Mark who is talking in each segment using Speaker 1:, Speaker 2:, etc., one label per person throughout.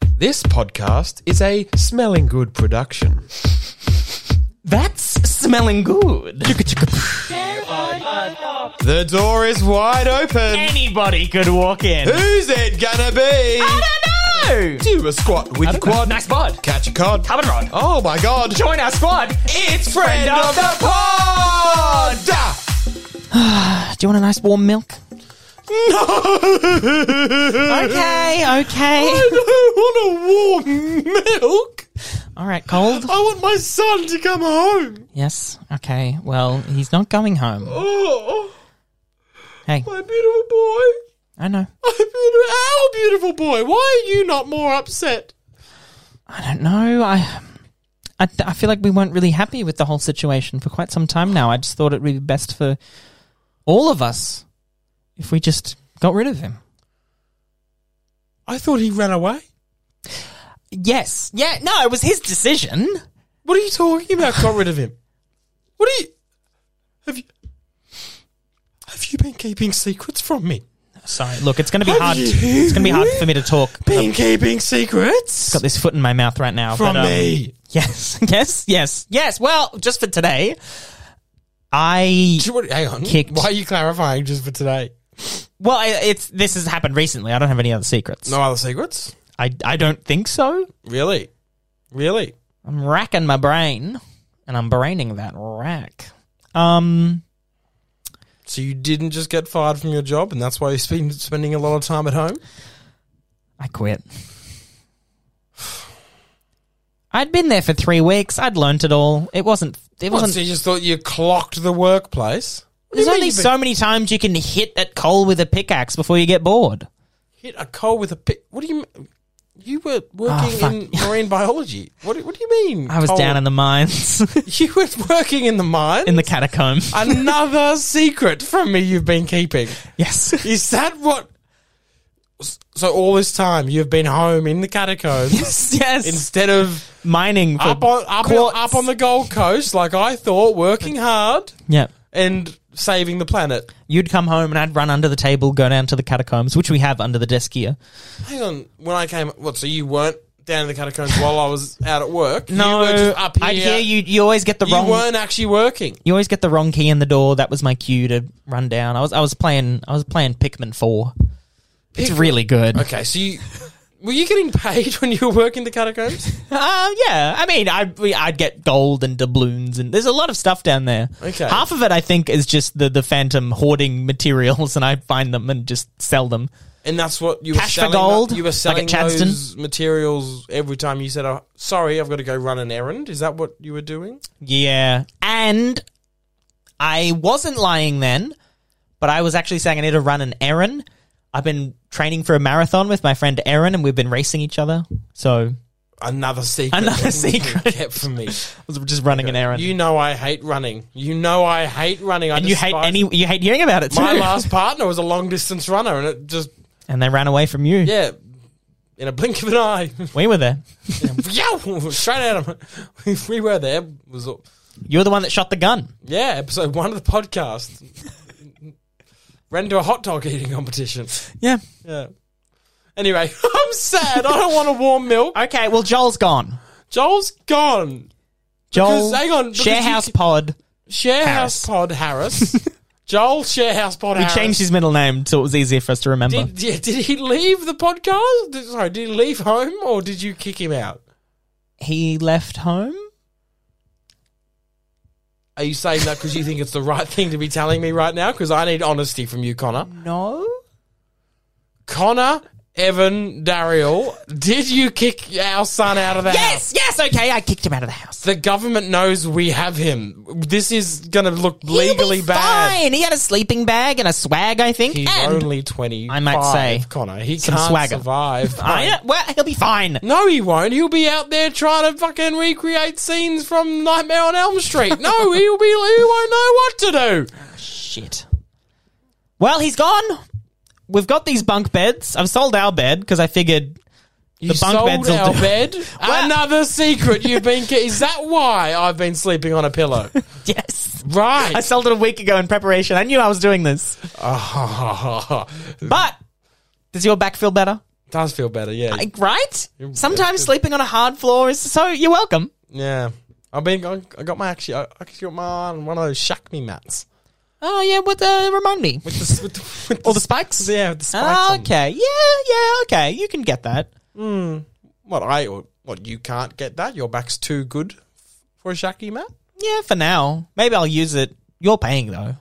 Speaker 1: This podcast is a smelling good production.
Speaker 2: That's smelling good.
Speaker 1: The door is wide open.
Speaker 2: Anybody could walk in.
Speaker 1: Who's it gonna be?
Speaker 2: don't know.
Speaker 1: Do a squat with your quad.
Speaker 2: Nice bod.
Speaker 1: Catch a cod.
Speaker 2: Carbon rod.
Speaker 1: Oh my god.
Speaker 2: Join our squad.
Speaker 1: It's friend of the Ah. pod.
Speaker 2: Do you want a nice warm milk?
Speaker 1: No.
Speaker 2: Okay, okay.
Speaker 1: I don't want a warm milk.
Speaker 2: All right, cold.
Speaker 1: I want my son to come home.
Speaker 2: Yes. Okay. Well, he's not going home.
Speaker 1: Oh,
Speaker 2: Hey,
Speaker 1: my beautiful boy.
Speaker 2: I know.
Speaker 1: My beautiful, our beautiful boy. Why are you not more upset?
Speaker 2: I don't know. I, I, I feel like we weren't really happy with the whole situation for quite some time now. I just thought it would be best for all of us if we just got rid of him.
Speaker 1: I thought he ran away.
Speaker 2: Yes. Yeah. No, it was his decision.
Speaker 1: What are you talking about? Got rid of him. What are you? Have you? Have you been keeping secrets from me?
Speaker 2: Sorry. Look, it's going to be
Speaker 1: Have
Speaker 2: hard.
Speaker 1: you-
Speaker 2: It's going to be hard for me to talk.
Speaker 1: Been keeping secrets
Speaker 2: Got this foot in my mouth right now.
Speaker 1: from
Speaker 2: but, um,
Speaker 1: me.
Speaker 2: Yes. Yes. Yes. Yes. Well, just for today, I
Speaker 1: Do you want- Hang on.
Speaker 2: Kicked.
Speaker 1: Why are you clarifying just for today?
Speaker 2: well, I- it's this has happened recently. I don't have any other secrets.
Speaker 1: No other secrets.
Speaker 2: I I don't think so.
Speaker 1: Really, really.
Speaker 2: I'm racking my brain, and I'm braining that rack. Um,
Speaker 1: So you didn't just get fired from your job, and that's why you've been spending a lot of time at home.
Speaker 2: I quit. I'd been there for three weeks. I'd learnt it all. It wasn't. It
Speaker 1: What,
Speaker 2: wasn't.
Speaker 1: so you just thought you clocked the workplace. What do
Speaker 2: there's
Speaker 1: you mean
Speaker 2: only
Speaker 1: you've been-
Speaker 2: so many times you can hit at coal with a pickaxe before you get bored.
Speaker 1: hit a coal with a pick. What do you? m- You were
Speaker 2: Ah,
Speaker 1: working
Speaker 2: fuck.
Speaker 1: in marine biology. What? do- What do you mean?
Speaker 2: I was down in the mines,
Speaker 1: You were working in the mine.
Speaker 2: in the catacomb.
Speaker 1: Another secret from me you've been keeping.
Speaker 2: yes.
Speaker 1: Is that what? So all this time you've been home in the catacombs
Speaker 2: yes.
Speaker 1: instead of
Speaker 2: mining. For
Speaker 1: up on up, on
Speaker 2: quartz.
Speaker 1: up on the Gold Coast like I thought, working hard
Speaker 2: Yeah.
Speaker 1: and saving the planet.
Speaker 2: You'd come home and I'd run under the table, go down to the catacombs, which we have under the desk here.
Speaker 1: Hang on, when I came, what? So you weren't down in the catacombs while I was out at work?
Speaker 2: No,
Speaker 1: you were just up here.
Speaker 2: I'd hear you. You always get the
Speaker 1: You
Speaker 2: wrong.
Speaker 1: weren't actually working.
Speaker 2: You always get the wrong key in the door. That was my cue to run down. I was I was playing I was playing Pikmin Four. It's
Speaker 1: Pikmin-
Speaker 2: really good.
Speaker 1: Okay, so you were you getting paid when you were working the catacombs?
Speaker 2: Uh, yeah, I mean, I we, I'd get gold and doubloons, and there's a lot of stuff down there.
Speaker 1: Okay.
Speaker 2: half of it I think is just the the phantom hoarding materials, and I find them and just sell them.
Speaker 1: And that's what you were
Speaker 2: Cash for
Speaker 1: selling.
Speaker 2: gold,
Speaker 1: you were
Speaker 2: like at
Speaker 1: selling
Speaker 2: Chadston?
Speaker 1: those materials every time you said, oh, "Sorry, I've got to go run an errand." Is that what you were doing?
Speaker 2: Yeah, and I wasn't lying then, but I was actually saying I need to run an errand. I've been training for a marathon with my friend Aaron, and we've been racing each other. So
Speaker 1: Another secret.
Speaker 2: Another
Speaker 1: that you
Speaker 2: secret.
Speaker 1: kept from me.
Speaker 2: I was just running an errand.
Speaker 1: You know I hate running. You know I hate running. I
Speaker 2: and you hate
Speaker 1: despise-
Speaker 2: any you hate hearing about it too.
Speaker 1: My last partner was a long distance runner, and it just
Speaker 2: and they ran away from you.
Speaker 1: yeah, in a blink of an eye,
Speaker 2: We were there.
Speaker 1: yow, straight at him. If we were there, it was all-
Speaker 2: You're the one that shot the gun.
Speaker 1: Yeah, episode one of the podcast. Ran to a hot dog eating competition.
Speaker 2: Yeah.
Speaker 1: Yeah. Anyway, I'm sad. I don't want a warm milk.
Speaker 2: Okay, well Joel's gone.
Speaker 1: Joel's gone.
Speaker 2: Joel
Speaker 1: hang on, because
Speaker 2: Sharehouse
Speaker 1: you-
Speaker 2: Pod.
Speaker 1: Sharehouse
Speaker 2: Harris.
Speaker 1: Pod Harris. Joel Sharehouse Pod
Speaker 2: We
Speaker 1: Harris.
Speaker 2: changed his middle name so it was easier for us to remember.
Speaker 1: Did, yeah, did he leave the podcast? Did, sorry, did he leave home or did you kick him out?
Speaker 2: he left home?
Speaker 1: Are you saying that because you think it's the right thing to be telling me right now? Because I need honesty from you, Connor.
Speaker 2: No.
Speaker 1: Connor, Evan, Daryl, did you kick our son out of the house?
Speaker 2: Yes, yes, okay, I kicked him out of the house.
Speaker 1: The government knows we have him. This is going to look legally
Speaker 2: He'll be
Speaker 1: bad.
Speaker 2: Fine. He had a sleeping bag and a swag, I think.
Speaker 1: He's
Speaker 2: and
Speaker 1: only 20.
Speaker 2: I might say,
Speaker 1: Connor, he
Speaker 2: some
Speaker 1: can't
Speaker 2: swagger.
Speaker 1: survive.
Speaker 2: I, Oh, well, he'll be fine.
Speaker 1: no, he won't. He'll be out there trying to fucking recreate scenes from Nightmare on Elm Street. No, he'll be. He won't know what to do.
Speaker 2: Shit. Well, he's gone. We've got these bunk beds. I've sold our bed because I figured
Speaker 1: You
Speaker 2: bunk
Speaker 1: sold
Speaker 2: beds will
Speaker 1: our
Speaker 2: do-
Speaker 1: bed. Another secret you've been. Ke- is that why I've been sleeping on a pillow?
Speaker 2: yes. I
Speaker 1: Right.
Speaker 2: sold it a week ago in preparation. I knew I was doing this. But does your back feel better?
Speaker 1: does feel better, yeah.
Speaker 2: I, right?
Speaker 1: You're-
Speaker 2: Sometimes sleeping on a hard floor is so. You're welcome.
Speaker 1: yeah. I've been, I I got my actually, I I actually got my on one of those shak me mats
Speaker 2: Oh yeah, what? Uh, remind me.
Speaker 1: with the, s- with the, with
Speaker 2: All the
Speaker 1: s-
Speaker 2: spikes.
Speaker 1: yeah, with the spikes. on
Speaker 2: Ah,
Speaker 1: them.
Speaker 2: okay. Yeah, yeah. Okay, you can get that.
Speaker 1: What I or what you can't get that your back's too good for a shaky mat.
Speaker 2: Yeah, for now. Maybe I'll use it. You're paying though,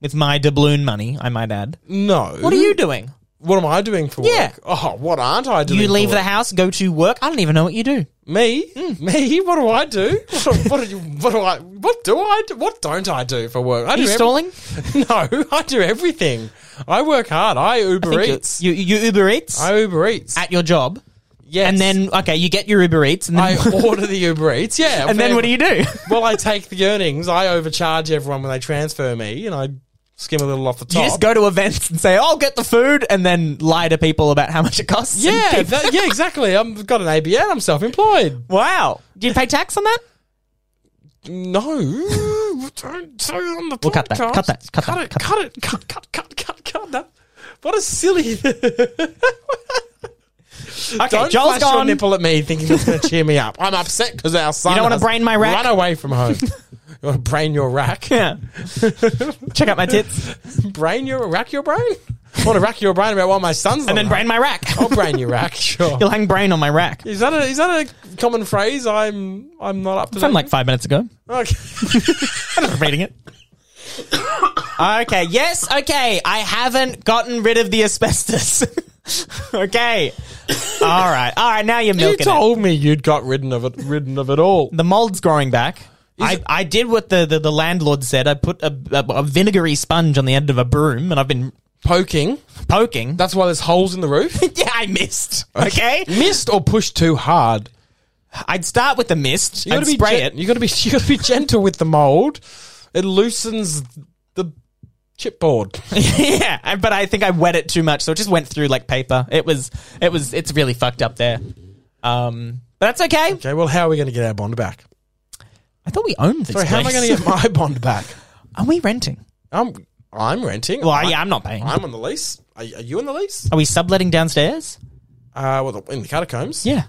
Speaker 2: with my doubloon money. I might add.
Speaker 1: No.
Speaker 2: What are you doing?
Speaker 1: What am I doing for
Speaker 2: Yeah.
Speaker 1: work? Oh, what aren't I doing?
Speaker 2: you leave
Speaker 1: for
Speaker 2: the Mm.
Speaker 1: work?
Speaker 2: house, go to work. I don't even know what you do.
Speaker 1: me me. What do I do? What, what do you? What do I? What do I? Do? What don't I do for work? I
Speaker 2: Are
Speaker 1: do
Speaker 2: you
Speaker 1: every-
Speaker 2: stalling?
Speaker 1: no, I do everything. I work hard. I Uber
Speaker 2: Think you-
Speaker 1: Eats.
Speaker 2: You, you Uber Eats
Speaker 1: I Uber Eats.
Speaker 2: at your job,
Speaker 1: yes.
Speaker 2: and then okay, you get your Uber Eats, and
Speaker 1: I
Speaker 2: then
Speaker 1: order the Uber Eats. Yeah.
Speaker 2: and then what do you do?
Speaker 1: Well, I take the earnings. I overcharge everyone when they transfer me, and I skim a little off the top.
Speaker 2: You just go to events and say, "I'll get the food," and then lie to people about how much it costs. and
Speaker 1: Yeah,
Speaker 2: keep-
Speaker 1: that, yeah, exactly. I've got an ABN. I'm self-employed.
Speaker 2: wow. Do you pay tax on that?
Speaker 1: No, don't say it on the
Speaker 2: We'll
Speaker 1: podcast.
Speaker 2: cut that, cut that, cut that,
Speaker 1: it, cut it, cut, cut, cut, cut, cut that. What a silly!
Speaker 2: Okay,
Speaker 1: don't
Speaker 2: Joel's
Speaker 1: flash your
Speaker 2: gone. You
Speaker 1: nipple at me, thinking it's going to cheer me up. I'm upset because our son.
Speaker 2: don't want to
Speaker 1: has
Speaker 2: brain my rack.
Speaker 1: Run away from home. you want to brain your rack?
Speaker 2: Yeah. Check out my tits,
Speaker 1: brain your rack your brain. want to rack your brain about why my son's
Speaker 2: and then brain my rack.
Speaker 1: I'll brain your rack. Sure.
Speaker 2: You'll hang brain on my rack.
Speaker 1: Is that a is that a common phrase? I'm I'm not up to.
Speaker 2: From
Speaker 1: date
Speaker 2: like five minutes ago.
Speaker 1: with? Okay.
Speaker 2: I'm just reading it. okay. Yes. Okay. I haven't gotten rid of the asbestos. okay. All right. All right. Now you're
Speaker 1: You
Speaker 2: milking it.
Speaker 1: told me you'd got ridden of it, ridden of it all.
Speaker 2: The mold's growing back. I,
Speaker 1: it-
Speaker 2: I did what the, the, the landlord said. I put a, a, a vinegary sponge on the end of a broom and I've been
Speaker 1: Poking.
Speaker 2: poking.
Speaker 1: That's why there's holes in the roof.
Speaker 2: yeah, I missed. Okay?
Speaker 1: Missed or pushed too hard.
Speaker 2: I'd start with the mist and
Speaker 1: be
Speaker 2: spray
Speaker 1: gen-
Speaker 2: it.
Speaker 1: You got to be. You got to be gentle with the mold. It loosens the chipboard.
Speaker 2: yeah, I- but I think I wet it too much, so it just went through like paper. It was, it was, it's really fucked up there. Um, but that's okay.
Speaker 1: Okay. Well, how are we going to get our bond back?
Speaker 2: I thought we owned this.
Speaker 1: Sorry, how am I going to get my bond back?
Speaker 2: Are we renting?
Speaker 1: I'm I'm renting.
Speaker 2: Well,
Speaker 1: I,
Speaker 2: yeah, I'm not paying.
Speaker 1: I'm on the lease. Are, are you on the lease?
Speaker 2: Are we subletting downstairs?
Speaker 1: Uh, well, in the catacombs.
Speaker 2: Yeah,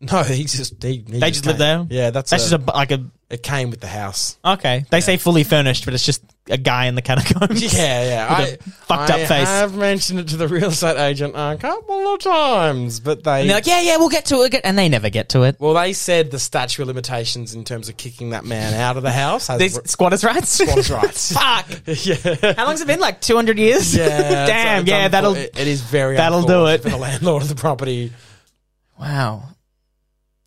Speaker 1: No, he just he, he
Speaker 2: they just live there.
Speaker 1: came. Yeah, that's,
Speaker 2: that's
Speaker 1: a,
Speaker 2: just a like a
Speaker 1: it came with the house.
Speaker 2: Okay. They say fully furnished, but it's just a guy in the catacombs.
Speaker 1: Yeah, yeah.
Speaker 2: With a fucked up face.
Speaker 1: I have mentioned it to the real estate agent a couple of times, but they.
Speaker 2: And they're like, yeah, yeah, we'll get to it. we'll get-" And they never get to it.
Speaker 1: well, they said the statute of limitations in terms of kicking that man out of the house. has-
Speaker 2: These squatters' rights?
Speaker 1: Squatters' rights.
Speaker 2: Fuck.
Speaker 1: yeah.
Speaker 2: How long's it been? Like 200 years?
Speaker 1: Yeah,
Speaker 2: Damn.
Speaker 1: it's-
Speaker 2: yeah,
Speaker 1: it's
Speaker 2: that'll.
Speaker 1: unfor- It, it is very.
Speaker 2: that'll do
Speaker 1: unfortunate
Speaker 2: it.
Speaker 1: For the landlord of the property.
Speaker 2: Wow.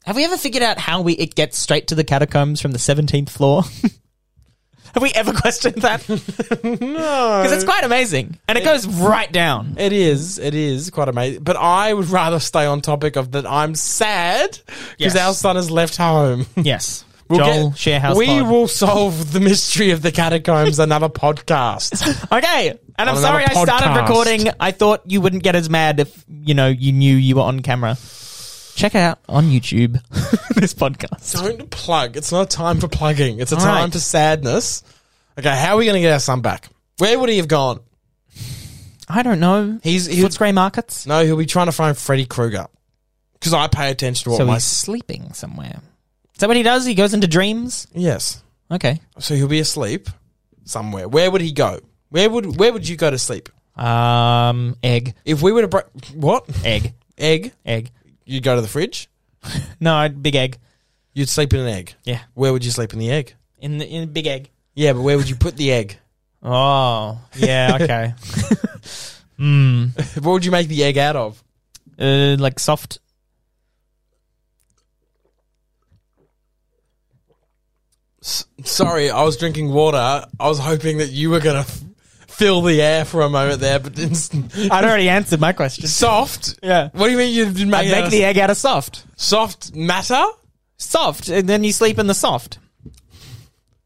Speaker 2: Have we ever figured out how we it gets straight to the catacombs from the 17th floor? Have we ever questioned that? Because
Speaker 1: No,
Speaker 2: it's quite amazing. And it goes right down.
Speaker 1: It is. It is quite amazing. But I would rather stay on topic of that. I'm sad because
Speaker 2: Yes.
Speaker 1: our son has left home.
Speaker 2: Yes.
Speaker 1: We'll
Speaker 2: Joel,
Speaker 1: get-
Speaker 2: Sharehouse.
Speaker 1: We
Speaker 2: Pod.
Speaker 1: will solve the mystery of the catacombs. another podcast.
Speaker 2: Okay. And I'm
Speaker 1: On
Speaker 2: sorry I
Speaker 1: another
Speaker 2: started
Speaker 1: podcast.
Speaker 2: recording. I thought you wouldn't get as mad if, you know, you knew you were on camera. Check it out on YouTube, this podcast.
Speaker 1: Don't plug. It's not a time for plugging. It's a
Speaker 2: All
Speaker 1: time
Speaker 2: right.
Speaker 1: for sadness. Okay, how are we going to get our son back? Where would he have gone?
Speaker 2: I don't know.
Speaker 1: He's he would,
Speaker 2: What's Grey Markets?
Speaker 1: no. He'll be trying to find Freddy Krueger because I pay attention to what
Speaker 2: So
Speaker 1: Oh, my
Speaker 2: he's sleeping somewhere. Is that what he does? He goes into dreams?
Speaker 1: yes.
Speaker 2: Okay.
Speaker 1: So he'll be asleep somewhere. Where would he go? Where would where would you go to sleep
Speaker 2: Um, egg,
Speaker 1: if we were to break what
Speaker 2: egg,
Speaker 1: egg?
Speaker 2: egg.
Speaker 1: You'd go to the fridge.
Speaker 2: No, big egg.
Speaker 1: You'd sleep in an egg.
Speaker 2: Yeah.
Speaker 1: Where would you sleep in the egg?
Speaker 2: In the in big egg.
Speaker 1: Yeah, but where would you put the egg?
Speaker 2: Oh, yeah, okay.
Speaker 1: What would you make the egg out of?
Speaker 2: uh, like soft.
Speaker 1: Sorry, I was drinking water. I was hoping that you were going to f- fill the air for a moment there, but it's
Speaker 2: I'd already answered my question.
Speaker 1: soft.
Speaker 2: Yeah.
Speaker 1: What do you mean you didn't
Speaker 2: I
Speaker 1: make,
Speaker 2: make the egg out of soft.
Speaker 1: soft matter?
Speaker 2: Soft, and then you sleep in the soft.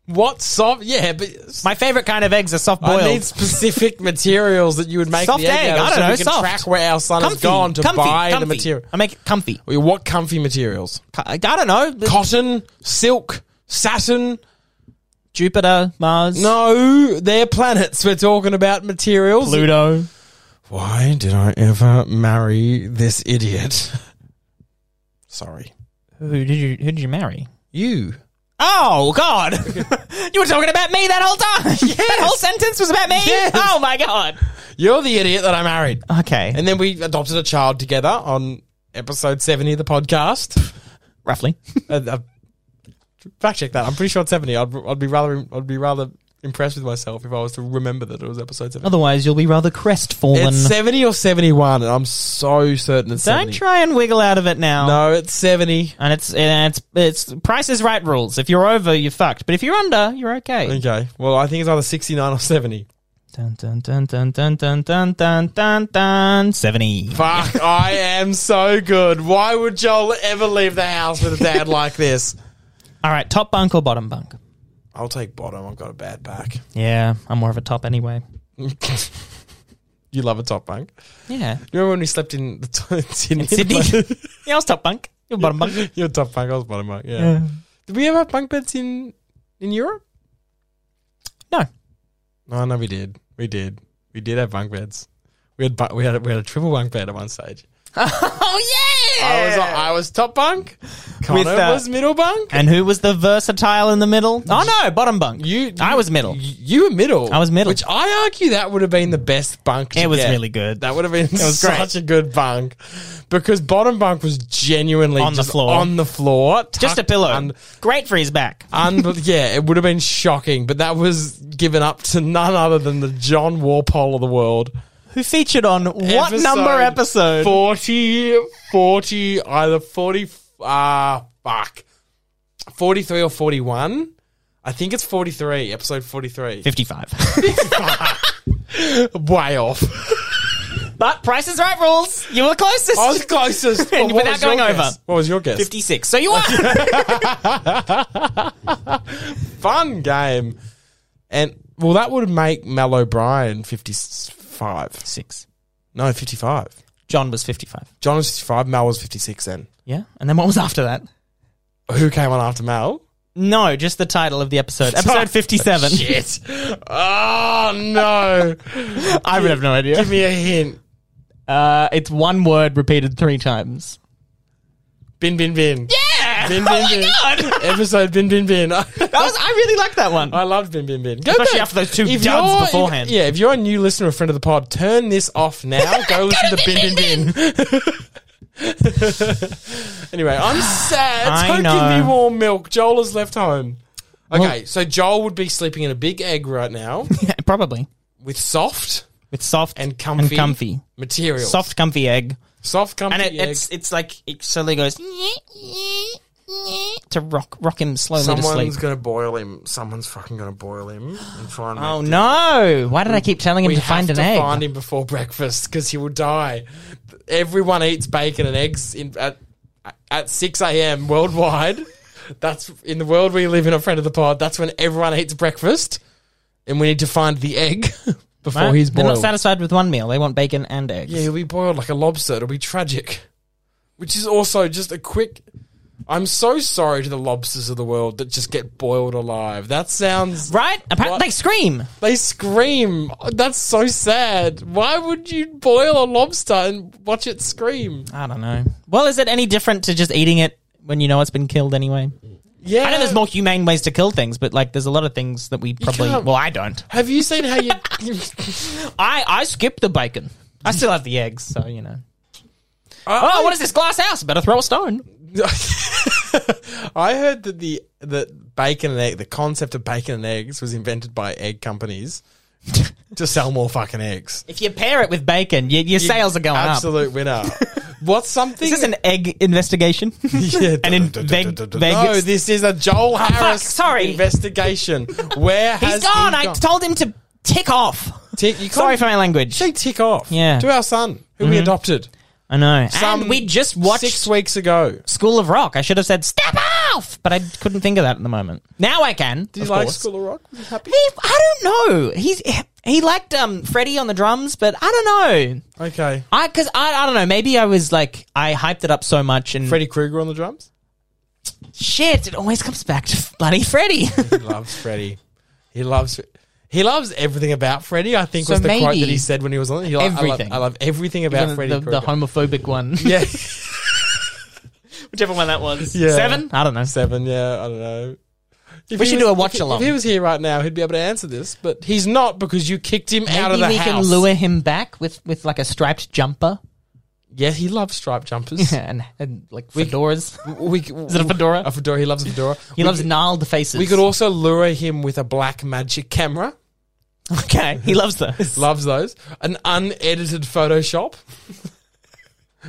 Speaker 1: What soft? Yeah, but
Speaker 2: My favorite kind of eggs are soft boiled.
Speaker 1: I need specific materials that you would make
Speaker 2: Soft
Speaker 1: the egg,
Speaker 2: egg,
Speaker 1: out of
Speaker 2: I
Speaker 1: so
Speaker 2: don't
Speaker 1: we
Speaker 2: know,
Speaker 1: can
Speaker 2: soft.
Speaker 1: track where our son has gone to buy the material.
Speaker 2: I make it comfy.
Speaker 1: Well, What comfy materials?
Speaker 2: Co- I don't know.
Speaker 1: Cotton, silk, satin.
Speaker 2: Jupiter, Mars,
Speaker 1: No, they're planets. We're talking about materials.
Speaker 2: Pluto.
Speaker 1: Why did I ever marry this idiot? Sorry.
Speaker 2: Who did you who did you marry?
Speaker 1: You.
Speaker 2: Oh God! you were talking about me that whole time. That whole sentence was about me.
Speaker 1: Yes.
Speaker 2: Oh my God.
Speaker 1: You're the idiot that I married.
Speaker 2: Okay.
Speaker 1: And then we adopted a child together on episode 70 of the podcast.
Speaker 2: Roughly.
Speaker 1: uh, uh, fact check that. I'm pretty sure it's 70. I'd, I'd be rather I'd be rather impressed with myself if I was to remember that it was episode 70.
Speaker 2: Otherwise, you'll be rather crestfallen.
Speaker 1: It's 70 or 71, and I'm so certain it's
Speaker 2: Don't
Speaker 1: 70.
Speaker 2: try and wiggle out of it now.
Speaker 1: no, it's 70.
Speaker 2: And it's and it's it's Price is Right rules. If you're over, you're fucked. But if you're under, you're okay.
Speaker 1: Okay. Well, I think it's either 69 or 70.
Speaker 2: Dun dun dun dun dun dun dun dun dun dun seventy.
Speaker 1: Fuck, I am so good. Why would Joel ever leave the house with a dad like this?
Speaker 2: All right, top bunk or bottom bunk?
Speaker 1: I'll take bottom. I've got a bad back.
Speaker 2: Yeah, I'm more of a top anyway.
Speaker 1: you love a top bunk.
Speaker 2: Yeah,
Speaker 1: You remember when we slept in the t- Sydney?
Speaker 2: in Sydney. yeah, I was top bunk. You're bottom bunk.
Speaker 1: You're top bunk. I was bottom bunk. Yeah.
Speaker 2: Yeah.
Speaker 1: Did we ever have bunk beds in in Europe?
Speaker 2: No.
Speaker 1: No, no, we did. We did. We did have bunk beds. We had bu- we had a, we had a triple bunk bed at one stage.
Speaker 2: Oh yeah.
Speaker 1: I was I was top bunk. Connor
Speaker 2: With, uh,
Speaker 1: was middle bunk.
Speaker 2: and who was the versatile in the middle? Oh no, bottom bunk.
Speaker 1: You,
Speaker 2: I was middle.
Speaker 1: You, you were middle.
Speaker 2: I was middle.
Speaker 1: Which I argue that would have been the best bunk. To
Speaker 2: It was
Speaker 1: get.
Speaker 2: really good.
Speaker 1: That would have been
Speaker 2: was great.
Speaker 1: such a good bunk because bottom bunk was genuinely
Speaker 2: On the
Speaker 1: just
Speaker 2: floor.
Speaker 1: On the floor,
Speaker 2: Just a
Speaker 1: tucked
Speaker 2: pillow.
Speaker 1: un-
Speaker 2: Great for his back.
Speaker 1: unbe- yeah, it would have been shocking, but that was given up to none other than the John Warpole of the world.
Speaker 2: Who featured on what
Speaker 1: Episode
Speaker 2: number episode?
Speaker 1: 40, 40, either 40, ah, fuck. 43 or 41? I think it's 43, episode 43.
Speaker 2: Fifty-five.
Speaker 1: Way off.
Speaker 2: But Price is Right rules. You were closest.
Speaker 1: I was closest. What
Speaker 2: And
Speaker 1: was
Speaker 2: without going
Speaker 1: your
Speaker 2: over.
Speaker 1: guess? What was your guess?
Speaker 2: 56. So you won.
Speaker 1: Fun game. And, well, that would make Mel O'Brien 55.
Speaker 2: Six.
Speaker 1: No, 55.
Speaker 2: John was 55.
Speaker 1: John was 55, Mel was 56 then.
Speaker 2: Yeah. And then what was after that?
Speaker 1: Who came on after Mel?
Speaker 2: No, just the title of the episode. Episode 57.
Speaker 1: Shit. Oh, no.
Speaker 2: I would have no idea.
Speaker 1: Give me a hint.
Speaker 2: Uh, it's one word repeated three times.
Speaker 1: Bin, bin, bin.
Speaker 2: Yeah!
Speaker 1: Bin, bin,
Speaker 2: oh my
Speaker 1: bin.
Speaker 2: god!
Speaker 1: Episode bin, bin, bin.
Speaker 2: That was, I really liked that one.
Speaker 1: I loved bin, bin, bin. Go
Speaker 2: Especially
Speaker 1: back.
Speaker 2: after those two duds
Speaker 1: you're-
Speaker 2: beforehand.
Speaker 1: yeah, if you're a new listener or friend of the pod, turn this off now. Go listen to bin, bin, bin. anyway, I'm sad.
Speaker 2: I
Speaker 1: Don't give
Speaker 2: know.
Speaker 1: me warm milk. Joel has left home. Okay, so Joel would be sleeping in a big egg right now
Speaker 2: Probably.
Speaker 1: with soft
Speaker 2: With soft
Speaker 1: and comfy,
Speaker 2: and comfy.
Speaker 1: material.
Speaker 2: Soft, comfy egg.
Speaker 1: soft comfy
Speaker 2: And it,
Speaker 1: egg.
Speaker 2: it's it's like it slowly goes to rock rock him slowly to
Speaker 1: Someone's
Speaker 2: sleep.
Speaker 1: gonna boil him. Someone's fucking gonna boil him and try and.
Speaker 2: Oh no! Why did I keep telling him
Speaker 1: We
Speaker 2: to find
Speaker 1: have
Speaker 2: an
Speaker 1: to
Speaker 2: egg?
Speaker 1: find him before breakfast because he will die. Everyone eats bacon and eggs in, at at six a.m. worldwide. That's in the world we live in. A friend of the pod. That's when everyone eats breakfast, and we need to find the egg before
Speaker 2: Right?
Speaker 1: he's
Speaker 2: They're
Speaker 1: boiled.
Speaker 2: not satisfied with one meal. They want bacon and eggs.
Speaker 1: yeah, he'll be boiled like a lobster. It'll be tragic. Which is also just a quick. I'm so sorry to the lobsters of the world that just get boiled alive. That sounds
Speaker 2: Right? Apparently
Speaker 1: What?
Speaker 2: they scream.
Speaker 1: They scream. That's so sad. Why would you boil a lobster and watch it scream?
Speaker 2: I don't know. Well, is it any different to just eating it when you know it's been killed anyway?
Speaker 1: Yeah.
Speaker 2: I know there's more humane ways to kill things, but like there's a lot of things that we probably.
Speaker 1: can't-
Speaker 2: Well, I don't.
Speaker 1: Have you seen how you?
Speaker 2: I I skip the bacon. I still have the eggs, so you know. Oh, what is this glass house? Better throw a stone.
Speaker 1: I heard that the that bacon and egg, the concept of bacon and eggs, was invented by egg companies to sell more fucking eggs.
Speaker 2: If you pair it with bacon, your, your sales are going up.
Speaker 1: Absolute winner. What's something?
Speaker 2: Is this an egg investigation?
Speaker 1: Yeah.
Speaker 2: and in Veg-
Speaker 1: No,
Speaker 2: Vegas-
Speaker 1: this is a Joel Harris
Speaker 2: sorry.
Speaker 1: investigation. Where
Speaker 2: He's
Speaker 1: has
Speaker 2: gone.
Speaker 1: He
Speaker 2: I told him to tick off.
Speaker 1: Tick- you
Speaker 2: Sorry
Speaker 1: can't-
Speaker 2: for my language.
Speaker 1: Say tick off.
Speaker 2: Yeah.
Speaker 1: To our son, who we adopted
Speaker 2: I know.
Speaker 1: Some
Speaker 2: and we just watched
Speaker 1: six weeks ago.
Speaker 2: School of Rock. I should have said step off, but I couldn't think of that at the moment. Now I can.
Speaker 1: Did
Speaker 2: of
Speaker 1: you like
Speaker 2: course.
Speaker 1: School of Rock? Was you happy?
Speaker 2: He, I don't know. He's he liked um Freddie on the drums, but I don't know.
Speaker 1: Okay.
Speaker 2: I because I, I don't know. Maybe I was like I hyped it up so much and
Speaker 1: Freddy Krueger on the drums?
Speaker 2: shit. It always comes back to bloody Freddie.
Speaker 1: He loves Freddy. He loves. He loves everything about Freddy. I think
Speaker 2: So
Speaker 1: was the quote
Speaker 2: maybe
Speaker 1: that he said when he was on. it. He like,
Speaker 2: everything.
Speaker 1: I love, I love everything about
Speaker 2: Even
Speaker 1: Freddy.
Speaker 2: the, the
Speaker 1: Krueger.
Speaker 2: homophobic one,
Speaker 1: yeah,
Speaker 2: whichever one that was.
Speaker 1: Yeah.
Speaker 2: Seven? I don't know.
Speaker 1: seven. Yeah, I don't know. If
Speaker 2: We
Speaker 1: he
Speaker 2: should
Speaker 1: was-
Speaker 2: do a watch
Speaker 1: if-
Speaker 2: along.
Speaker 1: If he was here right now, he'd be able to answer this, but he's not because you kicked him out of
Speaker 2: Maybe
Speaker 1: the
Speaker 2: we can
Speaker 1: house.
Speaker 2: lure him back with, with like a striped jumper
Speaker 1: yeah, he loves striped jumpers.
Speaker 2: and, and like fedoras.
Speaker 1: We, c-
Speaker 2: Is it a fedora?
Speaker 1: A fedora. He loves a fedora. we
Speaker 2: he loves
Speaker 1: Could,
Speaker 2: gnarled faces.
Speaker 1: we could also lure him with a black magic camera.
Speaker 2: okay. He loves those.
Speaker 1: Loves those. An unedited Photoshop.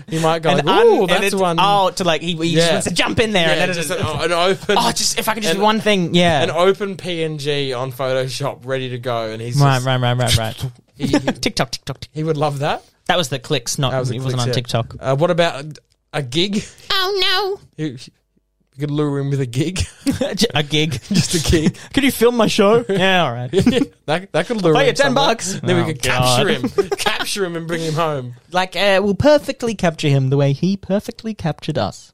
Speaker 1: he might go,
Speaker 2: And
Speaker 1: like, ooh,
Speaker 2: un- and
Speaker 1: that's
Speaker 2: it's-
Speaker 1: one.
Speaker 2: Oh, to like he, he
Speaker 1: Yeah.
Speaker 2: just wants to jump in there
Speaker 1: yeah,
Speaker 2: and edit
Speaker 1: just
Speaker 2: it.
Speaker 1: an, an open.
Speaker 2: Oh, just if I could just
Speaker 1: an-
Speaker 2: do one thing, yeah.
Speaker 1: an open PNG on Photoshop ready to go, and he's
Speaker 2: right,
Speaker 1: just-
Speaker 2: right, right, right, right.
Speaker 1: He, he,
Speaker 2: TikTok, TikTok, tick.
Speaker 1: he would love that.
Speaker 2: That was the clicks, not
Speaker 1: That was
Speaker 2: it
Speaker 1: the
Speaker 2: wasn't on
Speaker 1: clicks, yeah.
Speaker 2: TikTok.
Speaker 1: Uh, what about a, a gig?
Speaker 2: Oh
Speaker 1: You you could lure him with a gig,
Speaker 2: no, a gig.
Speaker 1: just a gig.
Speaker 2: Could you film my show? yeah, all right.
Speaker 1: that that could lure
Speaker 2: pay
Speaker 1: him
Speaker 2: you 10
Speaker 1: somewhere.
Speaker 2: bucks.
Speaker 1: Then
Speaker 2: Oh,
Speaker 1: we could
Speaker 2: God.
Speaker 1: capture him, capture him, and bring him home.
Speaker 2: Like uh, we'll perfectly capture him the way he perfectly captured us.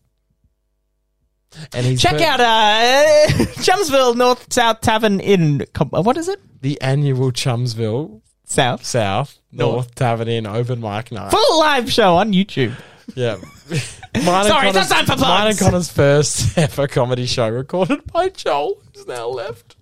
Speaker 1: And he's
Speaker 2: Check
Speaker 1: per-
Speaker 2: out uh, Chumsville North South Tavern in Com- uh, what is it?
Speaker 1: the annual Chumsville
Speaker 2: South.
Speaker 1: South
Speaker 2: North.
Speaker 1: North Tavern Inn open mic night.
Speaker 2: Full live show on YouTube.
Speaker 1: Yeah. Mine
Speaker 2: Sorry, it's
Speaker 1: Connor's-
Speaker 2: not time for plugs.
Speaker 1: Mine and Connor's first ever comedy show recorded by Joel, who's now left.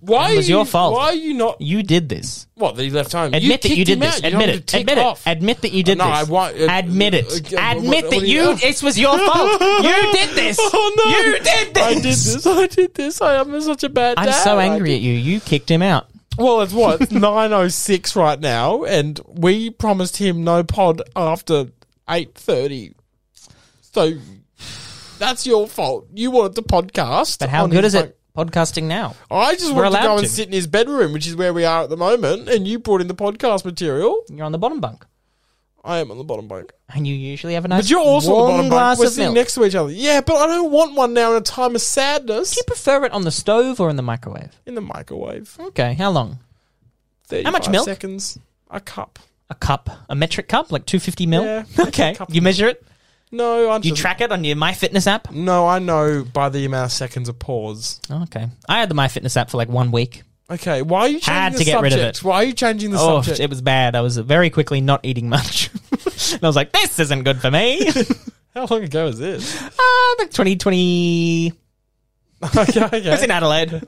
Speaker 1: Why
Speaker 2: It was
Speaker 1: are you-
Speaker 2: your fault.
Speaker 1: Why are you not?
Speaker 2: You did this.
Speaker 1: What that he left home?
Speaker 2: Admit that
Speaker 1: kicked
Speaker 2: you did
Speaker 1: him
Speaker 2: this.
Speaker 1: out. You don't
Speaker 2: Admit
Speaker 1: have
Speaker 2: it.
Speaker 1: to tick
Speaker 2: Admit
Speaker 1: off.
Speaker 2: it. Admit that you did
Speaker 1: No,
Speaker 2: this.
Speaker 1: I want- uh,
Speaker 2: Admit it.
Speaker 1: uh, okay, what-
Speaker 2: Admit
Speaker 1: what
Speaker 2: that
Speaker 1: do
Speaker 2: you.
Speaker 1: you-
Speaker 2: This was your fault. you did this.
Speaker 1: Oh no!
Speaker 2: You did this.
Speaker 1: I did this. I did this. I am such a bad.
Speaker 2: I'm
Speaker 1: dad.
Speaker 2: so
Speaker 1: I
Speaker 2: angry
Speaker 1: did-
Speaker 2: at you. You kicked him out.
Speaker 1: Well, it's what it's nine oh six right now, and we promised him no pod after eight thirty. So that's your fault. You wanted the podcast.
Speaker 2: But how
Speaker 1: on
Speaker 2: good
Speaker 1: his
Speaker 2: is
Speaker 1: phone.
Speaker 2: it podcasting now?
Speaker 1: I just
Speaker 2: We're
Speaker 1: wanted to
Speaker 2: allowed
Speaker 1: go and
Speaker 2: to.
Speaker 1: sit in his bedroom, which is where we are at the moment, and you brought in the podcast material.
Speaker 2: You're on the bottom bunk,
Speaker 1: I am on the bottom bunk.
Speaker 2: and you usually have a nice.
Speaker 1: But you're also
Speaker 2: warm
Speaker 1: on the bottom
Speaker 2: glass
Speaker 1: bunk. We're
Speaker 2: of
Speaker 1: sitting
Speaker 2: milk.
Speaker 1: next to each other. Yeah, but I don't want one now in a time of sadness.
Speaker 2: Do you prefer it on the stove or in the microwave?
Speaker 1: In the microwave.
Speaker 2: Okay, how long?
Speaker 1: 35
Speaker 2: much milk?
Speaker 1: seconds. A cup.
Speaker 2: A cup, a metric cup, like 250 mil.
Speaker 1: Yeah.
Speaker 2: okay,
Speaker 1: Cup.
Speaker 2: you measure it.
Speaker 1: No, I
Speaker 2: You
Speaker 1: just-
Speaker 2: track it on your MyFitness app.
Speaker 1: No, I know by the amount of seconds of pause.
Speaker 2: Okay, I had the MyFitness app for like one week.
Speaker 1: Okay, why are you changing
Speaker 2: Had
Speaker 1: the
Speaker 2: to get rid
Speaker 1: subject?
Speaker 2: of it.
Speaker 1: Why are you changing the
Speaker 2: Oh,
Speaker 1: subject?
Speaker 2: it was bad. I was very quickly not eating much, and I was like, "This isn't good for me."
Speaker 1: How long ago is this?
Speaker 2: Ah, like 2020.
Speaker 1: okay,
Speaker 2: I was
Speaker 1: okay.
Speaker 2: in Adelaide.